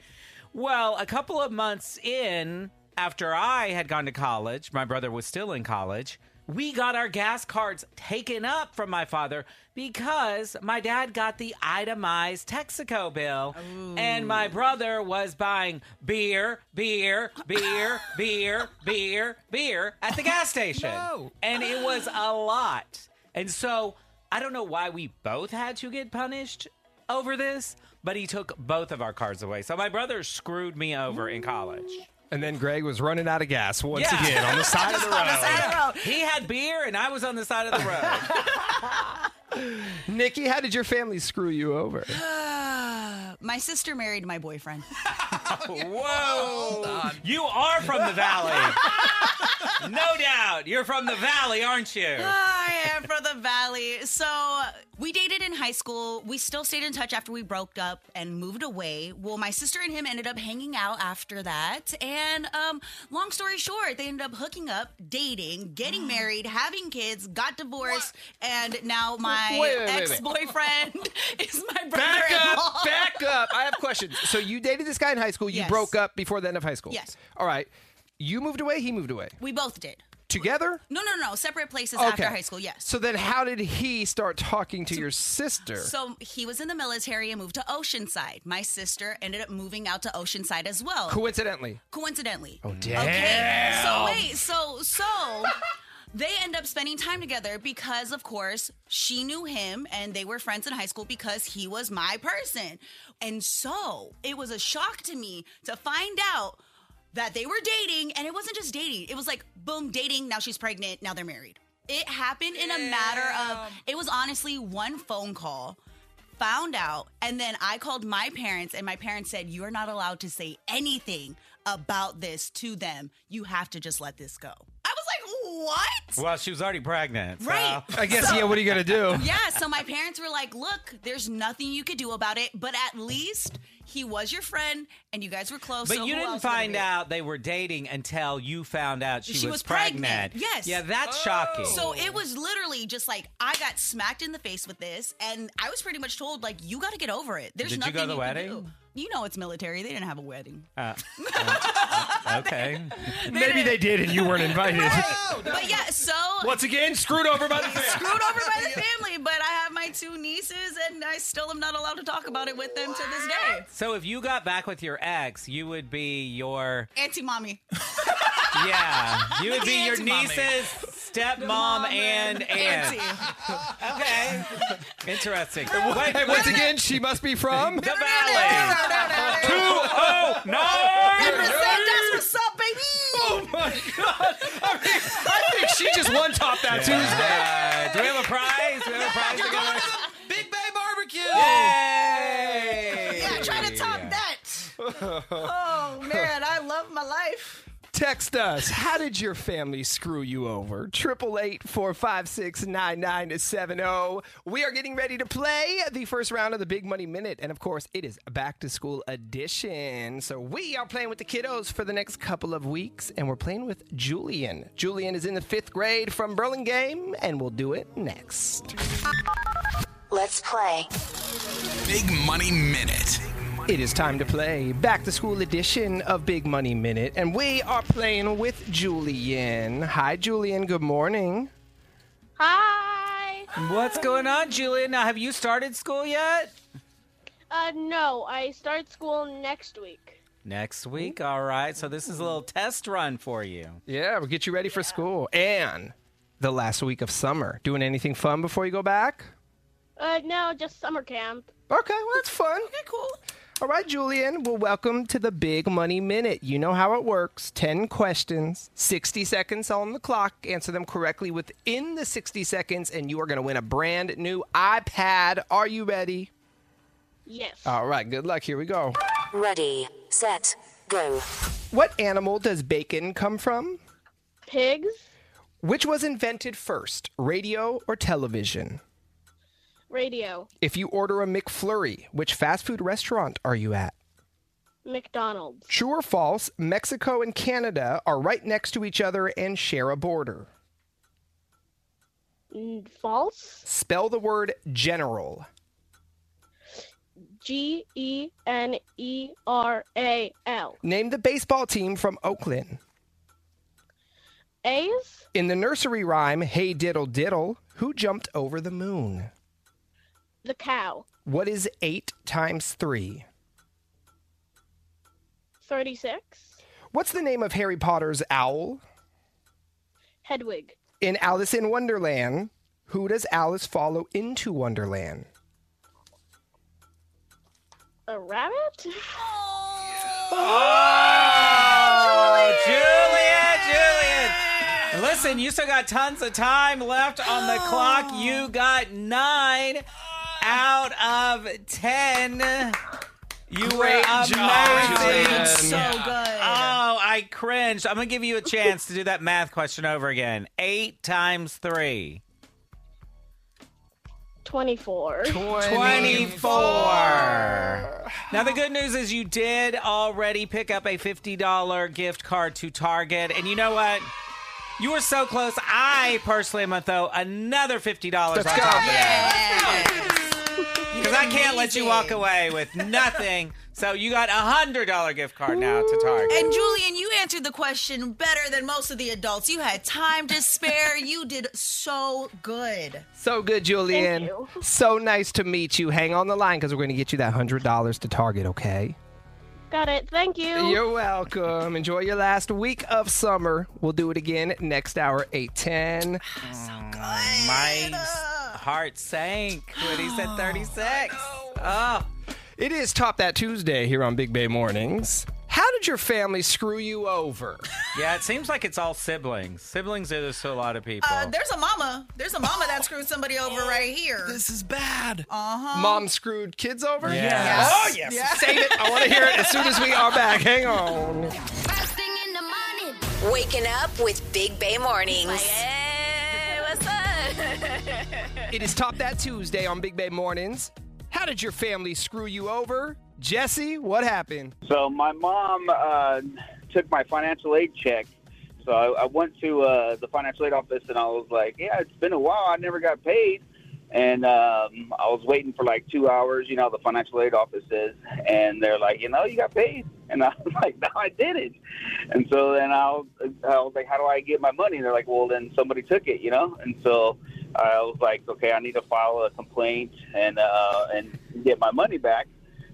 S4: Well, a couple of months in, after I had gone to college, my brother was still in college. We got our gas cards taken up from my father because my dad got the itemized Texaco bill, and my brother was buying beer, beer, beer, beer, beer, beer at the gas station.
S6: No.
S4: And it was a lot. And so I don't know why we both had to get punished over this, but he took both of our cards away. So my brother screwed me over in college.
S3: and then Greg was running out of gas once
S4: Yeah.
S3: again on the side of the
S4: On the
S3: road.
S4: side of the road. He had beer and I was on the side of the road.
S3: Nikki, how did your family screw you over? Uh,
S5: My sister married my boyfriend.
S4: Whoa. You are from the valley. no doubt. You're from the valley, aren't you?
S5: I am from the valley. So uh, we dated in high school. We still stayed in touch after we broke up and moved away. Well, my sister and him ended up hanging out after that. And um, long story short, they ended up hooking up, dating, getting married, having kids, got divorced, and now my
S3: Wait, wait, wait, wait.
S5: ex-boyfriend is my
S3: Back
S5: brother-in-law.
S3: up, back up. I have questions. So you dated this guy in high school. You
S5: Yes.
S3: broke up before the end of high school.
S5: Yes.
S3: All right. You moved away. He moved away.
S5: We both did.
S3: together?
S5: No, no, no. Separate places after high school, yes.
S3: So then how did he start talking to your sister?
S5: So he was in the military and moved to Oceanside. My sister ended up moving out to Oceanside as well.
S3: Coincidentally.
S5: Coincidentally.
S3: Oh, damn.
S5: Okay. So wait, so so they end up spending time together because of course she knew him and they were friends in high school because he was my person. And so it was a shock to me to find out that they were dating and it wasn't just dating. It was like boom, dating, now she's pregnant, now they're married. It happened in a matter of it was honestly one phone call found out and then I called my parents and my parents said you're not allowed to say anything about this to them. You have to just let this go. I was like, "What?"
S4: Well, she was already pregnant. so-
S5: Right.
S3: I guess, yeah, what are you going to do?
S5: yeah, so my parents were like, look, there's nothing you could do about it, but at least he was your friend and you guys were close.
S4: But
S5: so
S4: you
S5: who
S4: didn't
S5: else would it
S4: find
S5: be?
S4: out they were dating until you found out she,
S5: She was pregnant. Yes.
S4: Yeah, that's shocking.
S5: So it was literally just like I got smacked in the face with this, and I was pretty much told like you got to get over it. There's
S4: Did you
S5: nothing
S4: go to the
S5: can
S4: wedding?
S5: do. You know it's military; they didn't have a wedding.
S4: Uh, uh, okay.
S3: Maybe they did and you weren't invited.
S5: But yeah, so
S3: Once again, screwed over by the family.
S5: screwed over by the family. But I have my two nieces, and I still am not allowed to talk about it with them to this day.
S4: So if you got back with your ex, you would be your
S5: Auntie mommy.
S4: yeah, you would be your
S5: Auntie mommy.
S4: niece's stepmom and aunt. Okay, interesting. Wait,
S3: Hey, once again, she must be from
S4: the valley. Two oh
S5: Represent,
S4: nine.
S5: that's what's up,
S4: Oh
S5: baby.
S3: I think she just one topped that Tuesday.
S4: Uh, do we have a prize? Do we have a prize to give away?
S6: Big Bay Barbecue.
S4: Yay!
S5: Yeah, try to top that. Oh man, I love my life.
S3: Text us. How did your family screw you over? Triple eight four five six nine nine seven zero. We are getting ready to play the first round of the Big Money Minute, and of course, it is back to school edition. So we are playing with the kiddos for the next couple of weeks, and we're playing with Julian. Julian is in the fifth grade from Burlingame, and we'll do it next.
S1: Let's play.
S7: Big Money Minute.
S3: It is time to play back to school edition of Big Money Minute, and we are playing with Julian. Hi, Julian. Good morning.
S12: Hi.
S4: What's going on, Julian? Now, have you started school yet?
S12: Uh, no, I start school next week.
S4: Next week. All right. So this is a little test run for you.
S3: Yeah, we'll get you ready for school and the last week of summer. Doing anything fun before you go back?
S12: Uh, no, just summer camp.
S3: Okay, well, that's fun. Okay,
S5: cool.
S3: All right, Julian. Well, welcome to the Big Money Minute. You know how it works 10 questions, 60 seconds on the clock. Answer them correctly within the 60 seconds, and you are going to win a brand new iPad. Are you ready?
S12: Yes.
S3: All right, good luck. Here we go.
S1: Ready, set, go.
S3: What animal does bacon come from?
S12: Pigs,
S3: Which was invented first, radio or television?
S12: radio,
S3: If you order a McFlurry, which fast food restaurant are you at?
S12: McDonald's.
S3: True or false, Mexico and Canada are right next to each other and share a border.
S12: Mm, False.
S3: Spell the word general.
S12: G E N E R A L.
S3: Name the baseball team from Oakland.
S12: A's.
S3: In the nursery rhyme, Hey Diddle Diddle, who jumped over the moon?
S12: The cow.
S3: What is 8 times 3?
S12: Thirty-six.
S3: What's the name of Harry Potter's owl?
S12: Hedwig.
S3: In Alice in Wonderland, who does Alice follow into Wonderland?
S12: A rabbit.
S4: Oh, Julian, Julian. Listen, you still got tons of time left on the clock.
S3: Oh.
S4: You got nine out of ten. You
S3: Great
S4: were
S3: job,
S4: amazing.
S3: Julian.
S5: So good.
S4: Oh, I cringed. I'm going to give you a chance to do that math question over again. Eight times three.
S12: Twenty-four.
S4: 24. Now, the good news is you did already pick up a $50 gift card to Target. And you know what? You were so close. I personally am going to throw another $50 on
S3: Let's
S4: top
S3: go.
S4: of that. Because I can't let you walk
S5: Amazing.
S4: away with nothing. So you got a hundred dollar gift card now to Target.
S5: And Julian, you answered the question better than most of the adults. You had time to spare. you did so good.
S3: So good, Julian. So nice to meet you. Hang on the line because we're going to get you that $100 to Target, okay?
S12: Got it. Thank you.
S3: You're welcome. Enjoy your last week of summer. We'll do it again next hour, 810.
S4: My s- heart sank when he said 36. Oh.
S3: Ah. It is Top That Tuesday here on Big Bay Mornings. How did your family screw you over?
S4: Yeah, it seems like it's all siblings. Siblings are just a lot of people.
S5: Uh, there's a mama. There's a mama that screwed somebody over right here. This
S6: is bad.
S5: Uh huh.
S3: Mom screwed kids over?
S4: Yes. Yes.
S3: Oh, yes. Save it. I want to hear it as soon as we are back. Hang on.
S1: Waking up with Big Bay Mornings.
S11: what's up?
S3: It is Top That Tuesday on Big Bay Mornings. How did your family screw you over? Jesse, what happened?
S13: So my mom uh, took my financial aid check. So I, I went to uh, the financial aid office and I was like, "Yeah, it's been a while. I never got paid." And um, I was waiting for like two hours. You know, the financial aid office is, and they're like, "You know, you got paid." And I was like, "No, I didn't." And so then I was, I was like, "How do I get my money?" And they're like, "Well, then somebody took it," you know. And so I was like, "Okay, I need to file a complaint and uh, and get my money back."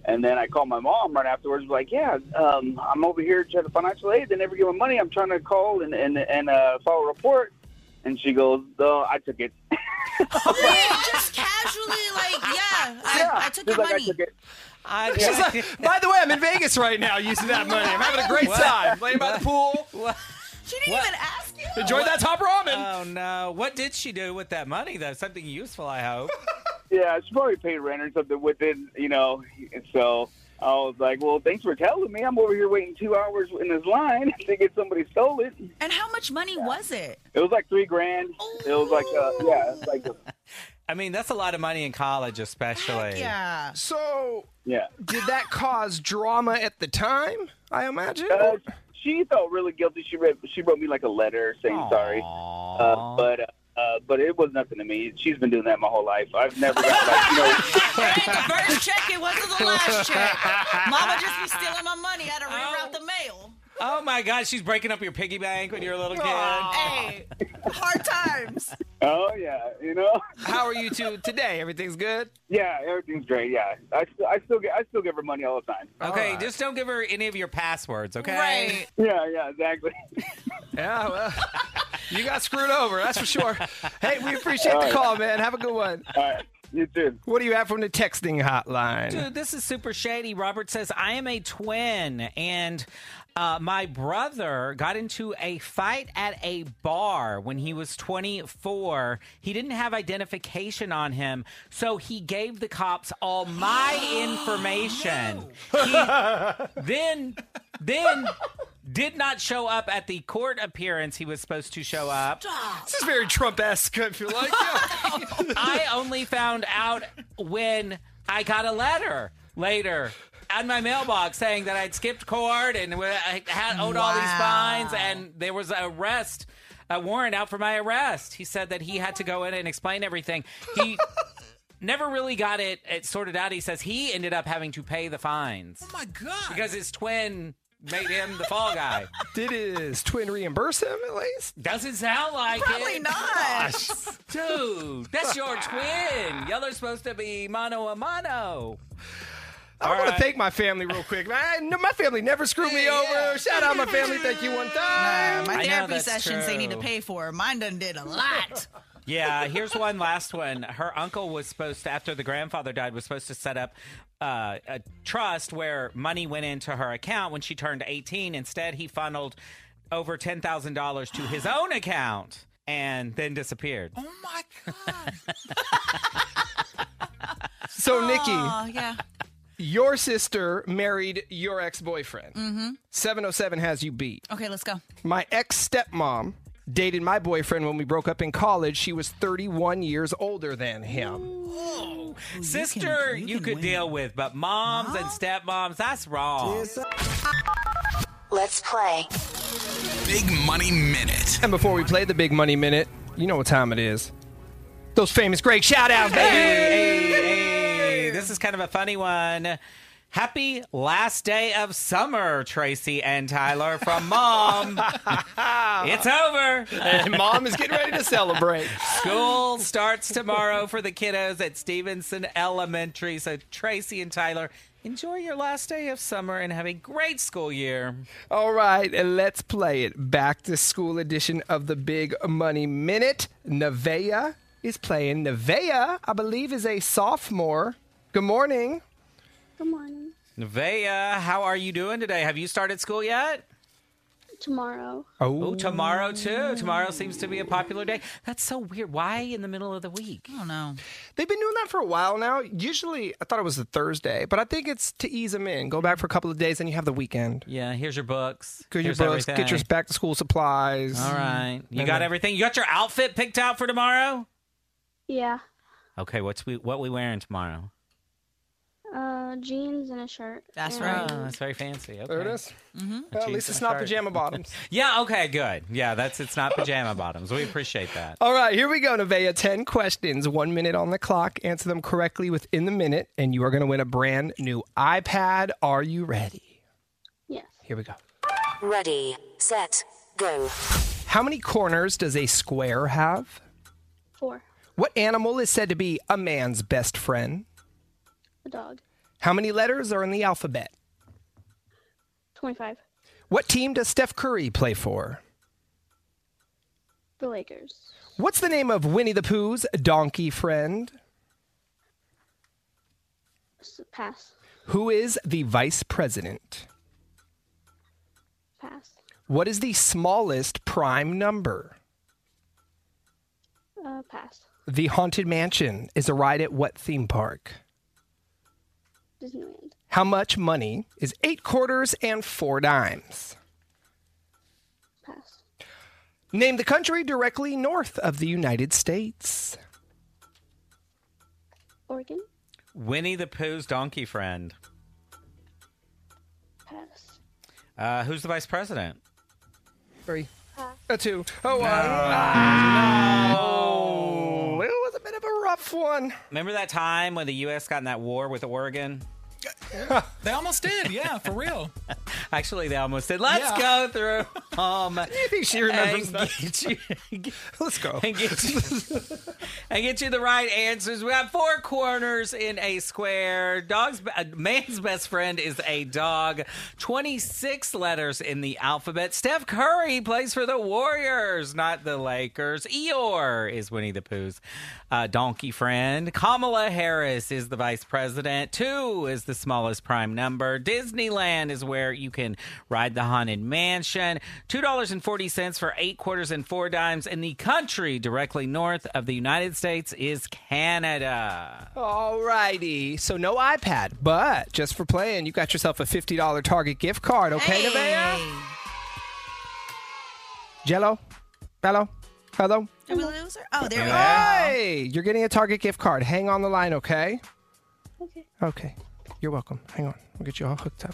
S13: And then I called my mom right afterwards. Like, yeah, um, I'm over here trying to financial aid. They never give me money. I'm trying to call and and and uh, file a report. And she goes, "No, I took it."
S5: Like, just casually, like, yeah, I, I took your
S13: She's like, I
S5: money.
S13: took
S3: She's
S13: it.
S3: like, by the way, I'm in Vegas right now using that money. I'm having a great
S4: What?
S3: time playing by the pool.
S5: She didn't
S4: What?
S5: even ask you.
S3: Enjoy that top ramen.
S4: Oh no! What did she do with that money though? Something useful, I hope.
S13: Yeah, she probably paid rent or something with it, you know. And so I was like, "Well, thanks for telling me. I'm over here waiting two hours in this line thinking somebody stole it.
S5: And how much money was it?
S13: It was like three grand. It was like, uh, yeah, it was like, a,
S4: I mean, that's a lot of money in college, especially.
S5: Yeah.
S3: So,
S13: yeah."
S3: did that cause drama at the time? I imagine.
S13: Uh, she felt really guilty. She wrote she wrote me like a letter saying sorry, uh, but uh, but it was nothing to me. She's been doing that my whole life. I've never got like you know.
S5: First check, it wasn't the last check. Mama just be stealing my money. Had to reroute the mail.
S4: Oh my God, she's breaking up your piggy bank when you're a little kid.
S5: Hey, hard times.
S13: Oh yeah, you know.
S3: How are you two today? Everything's good.
S13: Yeah, everything's great. Yeah, I still I still get I still give her money all the time.
S4: Okay, just don't give her any of your passwords, okay?
S5: Right.
S13: Yeah, yeah, exactly.
S3: Yeah, well, you got screwed over, that's for sure. Hey, we appreciate
S13: All
S3: the
S13: right.
S3: call, man. Have a good one.
S13: All right, you too.
S3: What do you have from the texting hotline?
S4: Dude, this is super shady. Robert says, I am a twin, and uh, my brother got into a fight at a bar when he was 24. He didn't have identification on him, so he gave the cops all my information. He then, then. Did not show up at the court appearance he was supposed to show up.
S3: This is very Trump esque, if you like.
S4: I only found out when I got a letter later on my mailbox saying that I'd skipped court and I had owed all these fines, and there was an arrest, a warrant out for my arrest. He said that he had to go in and explain everything. He. Never really got it, it sorted out. He says he ended up having to pay the fines
S6: Oh my god.
S4: because his twin made him the fall guy.
S3: Did his twin reimburse him at least?
S4: Doesn't sound like
S5: Probably
S4: it.
S5: not.
S4: Dude, that's your twin. Y'all are supposed to be mano a mano.
S3: I want
S4: right.
S3: to thank my family real quick. I, no, my family never screwed me over. Shout out my family. Thank you one time.
S4: I know
S5: My therapy
S4: that's
S5: sessions they need to
S4: true.
S5: pay for. Mine done did a lot.
S4: Yeah, here's one last one. Her uncle was supposed to, after the grandfather died, was supposed to set up uh, a trust where money went into her account when she turned 18. Instead, he funneled over $10,000 to his own account and then disappeared.
S6: Oh my god.
S3: So, Nikki,
S5: Oh yeah.
S3: your sister married your ex boyfriend. Mm-hmm. 707 has you beat.
S5: Okay, let's go.
S3: My ex stepmom dated my boyfriend when we broke up in college. She was 31 years older than him.
S4: Sister, you, could deal with, but moms and stepmoms, that's wrong.
S1: Let's play.
S7: Big Money Minute.
S3: And before we play the Big Money Minute, you know what time it is. Those famous Greg shout outs, baby.
S4: Hey, hey, hey. This is kind of a funny one. Happy last day of summer, Tracy and Tyler from Mom. it's over.
S3: And Mom is getting ready to celebrate.
S4: School starts tomorrow for the kiddos at Stevenson Elementary. So, Tracy and Tyler, enjoy your last day of summer and have a great school year.
S3: All right, and let's play it. Back to school edition of the Big Money Minute. Nevaeh is playing. Nevaeh, I believe, is a sophomore. Good morning.
S14: Good morning.
S4: Nevaeh, how are you doing today? Have you started school yet?
S14: Tomorrow.
S4: Oh, tomorrow too. Tomorrow seems to be a popular day. That's so weird. Why in the middle of the week? I
S5: Oh,
S10: don't know.
S3: They've been doing that for a while now. Usually, I thought it was a Thursday, but I think it's to ease them in. Go back for a couple of days, and you have the weekend.
S4: Yeah, here's your books.
S3: Get your
S4: Here's
S3: books, get your
S4: everything.
S3: back to school supplies.
S4: All right. You
S3: And
S4: got
S3: then-
S4: everything? You got your outfit picked out for tomorrow?
S14: Yeah.
S4: Okay, what's we what we wearing tomorrow?
S14: Uh, jeans and a shirt.
S10: That's
S14: and-
S4: Oh, that's very fancy. Okay.
S3: Uh, There it is.
S4: Mm-hmm.
S14: Mhm.
S3: Well, at least it's not pajama bottoms.
S4: Yeah, okay, good. Yeah, that's it's not pajama bottoms. We appreciate that.
S3: All right, here we go, Nevaeh. 10 questions, one minute on the clock. Answer them correctly within the minute, and you are going to win a brand new iPad. Are you ready?
S14: Yes.
S3: Here we go.
S15: Ready, set, go.
S3: How many corners does a square have?
S14: Four.
S3: What animal is said to be a man's best friend?
S14: A dog.
S3: How many letters are in the alphabet?
S14: 25.
S3: What team does Steph Curry play for?
S14: The Lakers.
S3: What's the name of Winnie the Pooh's donkey friend?
S14: S- Pass.
S3: Who is the vice president?
S14: Pass.
S3: What is the smallest prime number?
S14: Uh, pass.
S3: The Haunted Mansion is a ride at what theme park?
S14: Disneyland.
S3: How much money is eight quarters and four dimes?
S14: Pass.
S3: Name the country directly north of the United States.
S14: Oregon.
S4: Winnie the Pooh's donkey friend.
S14: Pass.
S4: Uh, who's the vice president?
S3: Three. A two. Oh, one.
S4: No.
S3: Oh, it was a bit of a rough one.
S4: Remember that time when the U.S. got in that war with Oregon?
S6: They almost did, yeah, for real.
S4: Actually, they almost did. Let's
S6: Yeah.
S4: go through. Um,
S3: you think she remembers
S4: and Get you,
S3: Let's go.
S4: And get, you, and get you the right answers. We got four corners in a square. Dog's a man's best friend is a dog. Twenty six letters in the alphabet. Steph Curry plays for the Warriors, not the Lakers. Eeyore is Winnie the Pooh's uh, donkey friend. Kamala Harris is the vice president. Two is the smallest prime number. Disneyland is where you can ride the haunted mansion. Two dollars and forty cents for eight quarters and four dimes. And the country directly north of the United States is Canada.
S3: All righty. So no iPad, but just for playing, you got yourself a $50 Target gift card, okay, Nevaeh? Jello? Hello? Hello?
S5: Did we lose her? Oh, there we go.
S3: Hey, you're getting a Target gift card. Hang on the line, okay?
S14: Okay.
S3: Okay. You're welcome. Hang on. We'll get you all hooked up.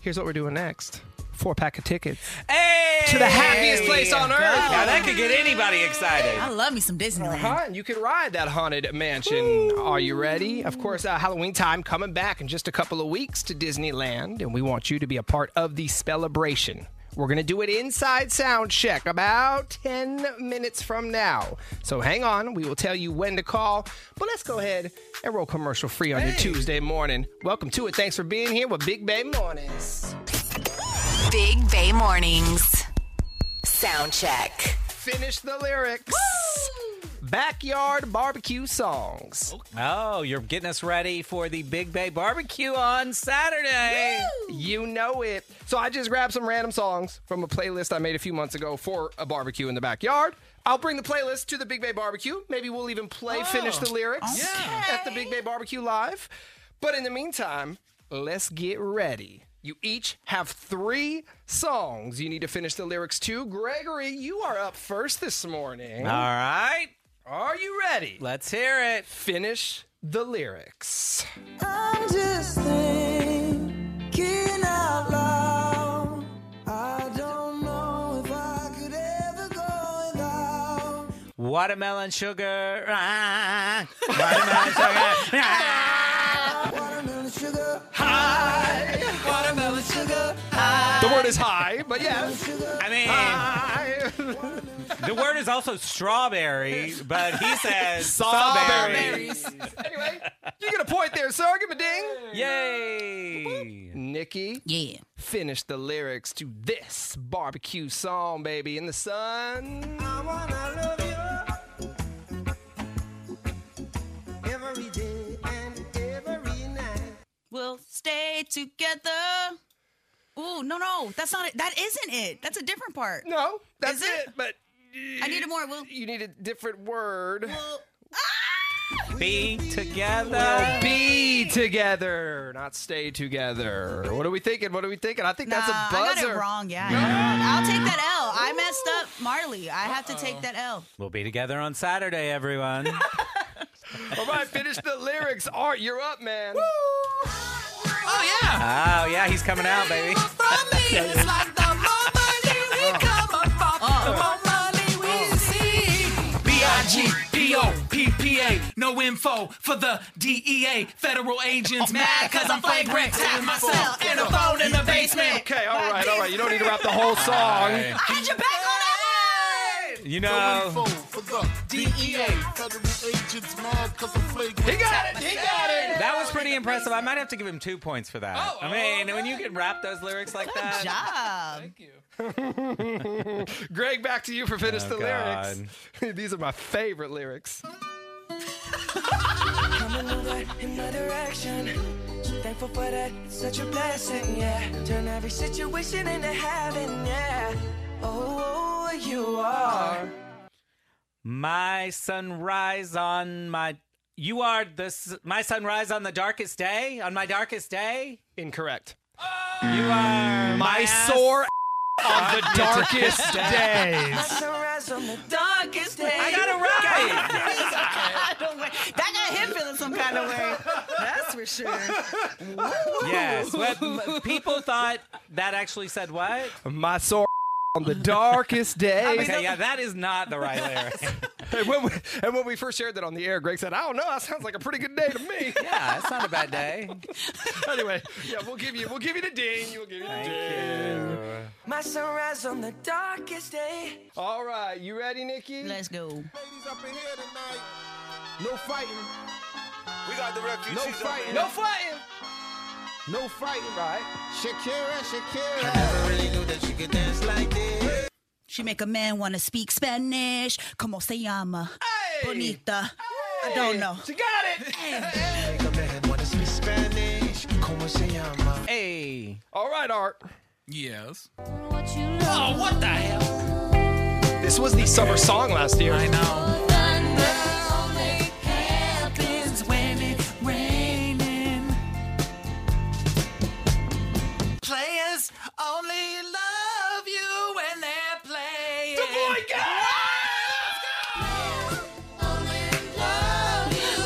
S3: Here's what we're doing next. Four pack of tickets.
S4: Hey!
S3: To the happiest place on earth.
S4: Now that could get anybody excited.
S10: I love me some Disneyland.
S3: Huh? And you can ride that haunted mansion. Are you ready? Of course, uh, Halloween time coming back in just a couple of weeks to Disneyland, and we want you to be a part of the celebration. We're going to do it inside sound check about 10 minutes from now. So hang on. We will tell you when to call. But let's go ahead and roll commercial free on your Tuesday morning. Welcome to it. Thanks for being here with Big Bay Mornings.
S1: Big Bay Mornings. Sound check.
S3: Finish the lyrics. Backyard barbecue songs.
S4: Oh, you're getting us ready for the Big Bay Barbecue on Saturday.
S3: You know it. So I just grabbed some random songs from a playlist I made a few months ago for a barbecue in the backyard. I'll bring the playlist to the Big Bay Barbecue. Maybe we'll even play finish the lyrics at the Big Bay Barbecue live. But in the meantime, let's get ready. You each have three songs you need to finish the lyrics to. Gregory, you are up first this morning.
S4: All right.
S3: Are you ready?
S4: Let's hear it.
S3: Finish the lyrics.
S16: I'm just thinking out loud. I don't know if I could ever go without.
S4: Watermelon sugar. Ah, watermelon sugar. Ah,
S16: Watermelon sugar high.
S4: The word is also strawberry, but he says
S3: Strawberries.
S4: strawberries.
S3: You get a point there, sir. Give him a ding.
S4: Yay.
S3: Nikki.
S5: Yeah.
S3: Finish the lyrics to this barbecue song, baby, in the sun.
S16: I wanna love you every day and every night.
S5: We'll stay together. Ooh, no, no, that's not it. That isn't it. That's a different part.
S3: No, that's
S5: Is it?
S3: But
S5: I need a more. We'll ah!
S3: you need a different word.
S4: Be
S3: We'll
S4: together.
S3: be together, not stay together. What are we thinking? What are we thinking? I think that's
S5: Nah,
S3: a buzzer.
S5: I got it wrong. Yeah, I'll take that L. I messed up, Marley. I have to take that L.
S4: We'll be together on Saturday, everyone. Oh,
S3: All right, finish the lyrics. Art, you're up, man.
S6: Oh yeah.
S4: Oh, yeah, he's coming out, baby.
S16: It's like the more money we
S3: Uh-huh.
S16: come up from, the more money we see.
S6: B I G D O P P A. No info for the DEA. Federal
S3: Oh,
S6: agents mad because I'm flagrant. Tapping myself in a phone in the basement.
S3: Okay, all right, all right. You don't need to rap the whole song.
S5: I had your back on that
S4: You know,
S17: for the
S6: E
S17: DEA. Federal agents mad because I'm flagrant.
S3: He got it. He got it.
S4: that was pretty impressive. I might have to give him two points for that. I mean, when you can rap those lyrics like that.
S5: Good job.
S3: Greg, back to you for finish
S4: Oh,
S3: the lyrics. These are my favorite lyrics.
S16: Coming over in my direction. So thankful for that. It's such a blessing, yeah. Turn every situation into heaven, yeah. Oh, you are.
S4: My sunrise on my. You are the s- my sunrise on the darkest day. On my darkest day,
S3: Incorrect.
S4: you are
S3: My
S4: ass-
S3: sore on the darkest days.
S16: Sunrise on the darkest day.
S4: I got it right.
S5: I don't wa- that got him feeling some kind of way. That's for sure.
S4: Yes. What, m- people thought that actually said what?
S3: My sore on the darkest days.
S4: Okay, yeah, that is not the right lyric.
S3: and, when we, and when we first shared that on the air, Greg said, I don't know. That sounds like a pretty good day to me.
S4: Yeah, it's not a bad day.
S3: anyway, yeah, we'll give you we'll give you the ding. We'll give you the ding.
S16: My sunrise on the darkest day.
S3: All right, you ready, Nikki?
S5: Let's go.
S17: Ladies up in here tonight.
S3: No fighting.
S17: We got the refugees.
S3: No fighting. No fighting. No fighting, right?
S17: Shakira, Shakira. I never really knew that she could dance like this.
S5: She make a man want to speak Spanish. Como se llama? Bonita. I
S6: Oh,
S5: don't know.
S3: She got it.
S17: Make a man wanna speak Spanish. Como se llama?
S4: Hey.
S3: All right, Art.
S6: Yes.
S17: Oh, what the hell?
S3: This was the summer song last year.
S6: I know.
S16: Happens when it's raining.
S6: Players only love you when they're playing.
S3: Oh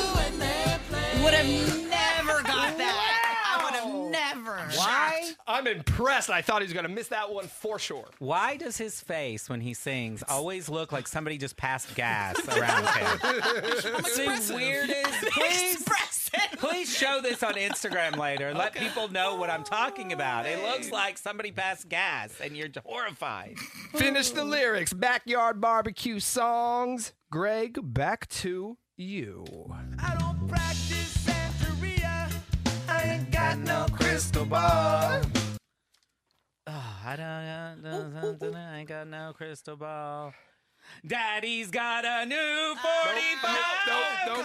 S5: Would have never got that. I would have never.
S4: Why?
S3: I'm impressed. I thought he was going to miss that one for sure.
S4: Why does his face when he sings always look like somebody just passed gas around him? It's the weirdest. Please, please show this on Instagram later and let people know what I'm talking about. It looks like somebody passed gas and you're horrified.
S3: Finish the lyrics. Backyard barbecue songs. Greg, back to you.
S16: I don't practice Santeria. I ain't got no crystal ball.
S4: Oh, I don't got, no- I ain't got no crystal ball. Daddy's got a new
S16: Ah.
S4: 45.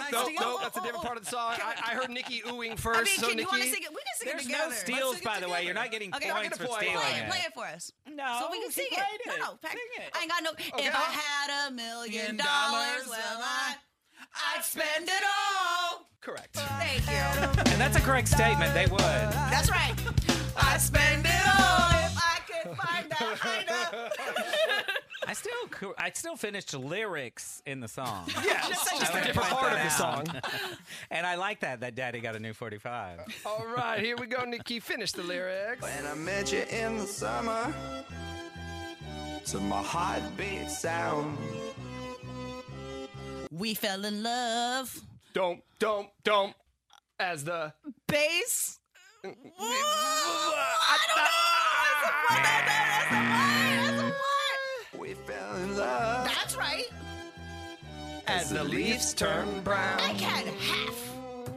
S3: No,
S5: I
S3: no,
S5: sing
S3: no,
S5: it?
S3: That's a different part of the song. I, I heard Nikki oohing first.
S5: I mean,
S3: so
S5: can
S3: Nikki,
S5: you want to sing it? We can sing
S4: There's
S5: it
S4: no
S5: together.
S4: steals, by the way. You're not getting
S5: Okay, I'll
S4: points
S3: get a
S4: for
S3: point.
S4: stealing
S5: Play
S4: it.
S5: it, play it for us.
S4: No,
S5: so we can sing
S4: she played
S5: it. No, no, pack- I ain't got no. If I had a million
S6: Million
S5: dollars,
S6: dollars,
S5: well,
S6: well,
S5: I, I'd spend it all.
S3: Correct.
S5: Thank you.
S4: And that's a correct statement. They would.
S5: That's right.
S6: I spend it
S5: Oh,
S6: all.
S5: if I could find that hide
S4: I still, cou- I still finished lyrics in the song.
S3: Yeah, it's just a
S4: Okay,
S3: different
S4: point
S3: part of the
S4: that
S3: song.
S4: out. and I like that that Daddy got a new 45.
S3: All right, here we go, Nikki. Finish the lyrics.
S16: When I met you in the summer, to my heartbeat sound.
S5: We fell in love.
S3: Don't, don't, don't. As the Mm,
S5: Bass.
S3: I mm. Ah!
S5: That's a what? That's a what?
S16: We fell fell in love.
S5: That's right.
S16: As the leaves turn brown.
S5: I had half.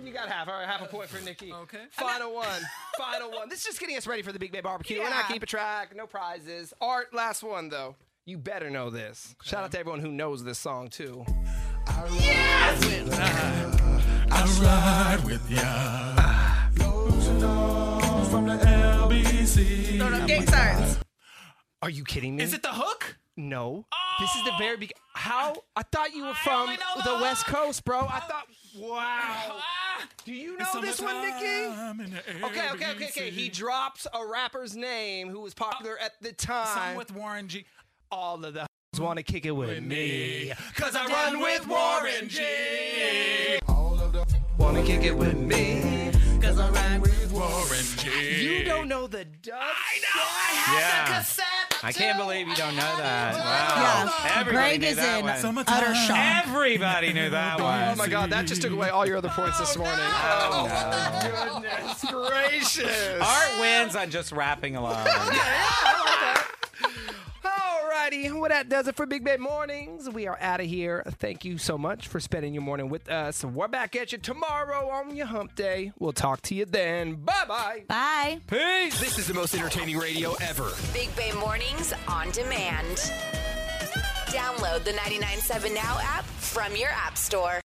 S3: You got half. All right, half a point for Nikki. Okay. Final one. Final one. This is just getting us ready for the Big Bay Barbecue. We're not
S5: Yeah.
S3: keeping track. No prizes. Art, last one though. You better know this. Shout out to everyone who knows this song too.
S16: I ride with ya. From the LBC.
S5: No, no, gate signs.
S3: Are you kidding me?
S16: Is it the hook?
S3: No. This is the very big. How? I thought you were from the, West Coast, bro. I thought. Wow.
S6: Ah,
S3: Do you know this one, Nikki? Okay, okay, okay, okay. He drops a rapper's name who was popular at the time.
S16: Song with
S3: Warren G. All of the want to kick it with, me.
S16: Cause I run with Warren G.
S3: Want to kick it with me.
S16: Cause I ride with Warren G.
S3: You don't know the dub. I know.
S4: Yeah. I can't believe you don't know that. Wow.
S3: Yeah.
S4: Everybody
S3: Greg
S4: knew
S3: is
S4: that
S3: in
S4: one.
S3: utter shock.
S4: Everybody knew that one.
S3: Oh my god, that just took away all your other points this morning. Oh, goodness gracious.
S4: Art wins on just rapping alone.
S3: Alrighty, well that does it for Big Bad Mornings. We are out of here. Thank you so much for spending your morning with us. We're back at you tomorrow on your hump day. We'll talk to you then. Bye bye.
S5: Bye.
S3: Peace.
S18: This is the most entertaining radio ever.
S1: Big Bay Mornings on demand. Download the 997 Now app from your App Store.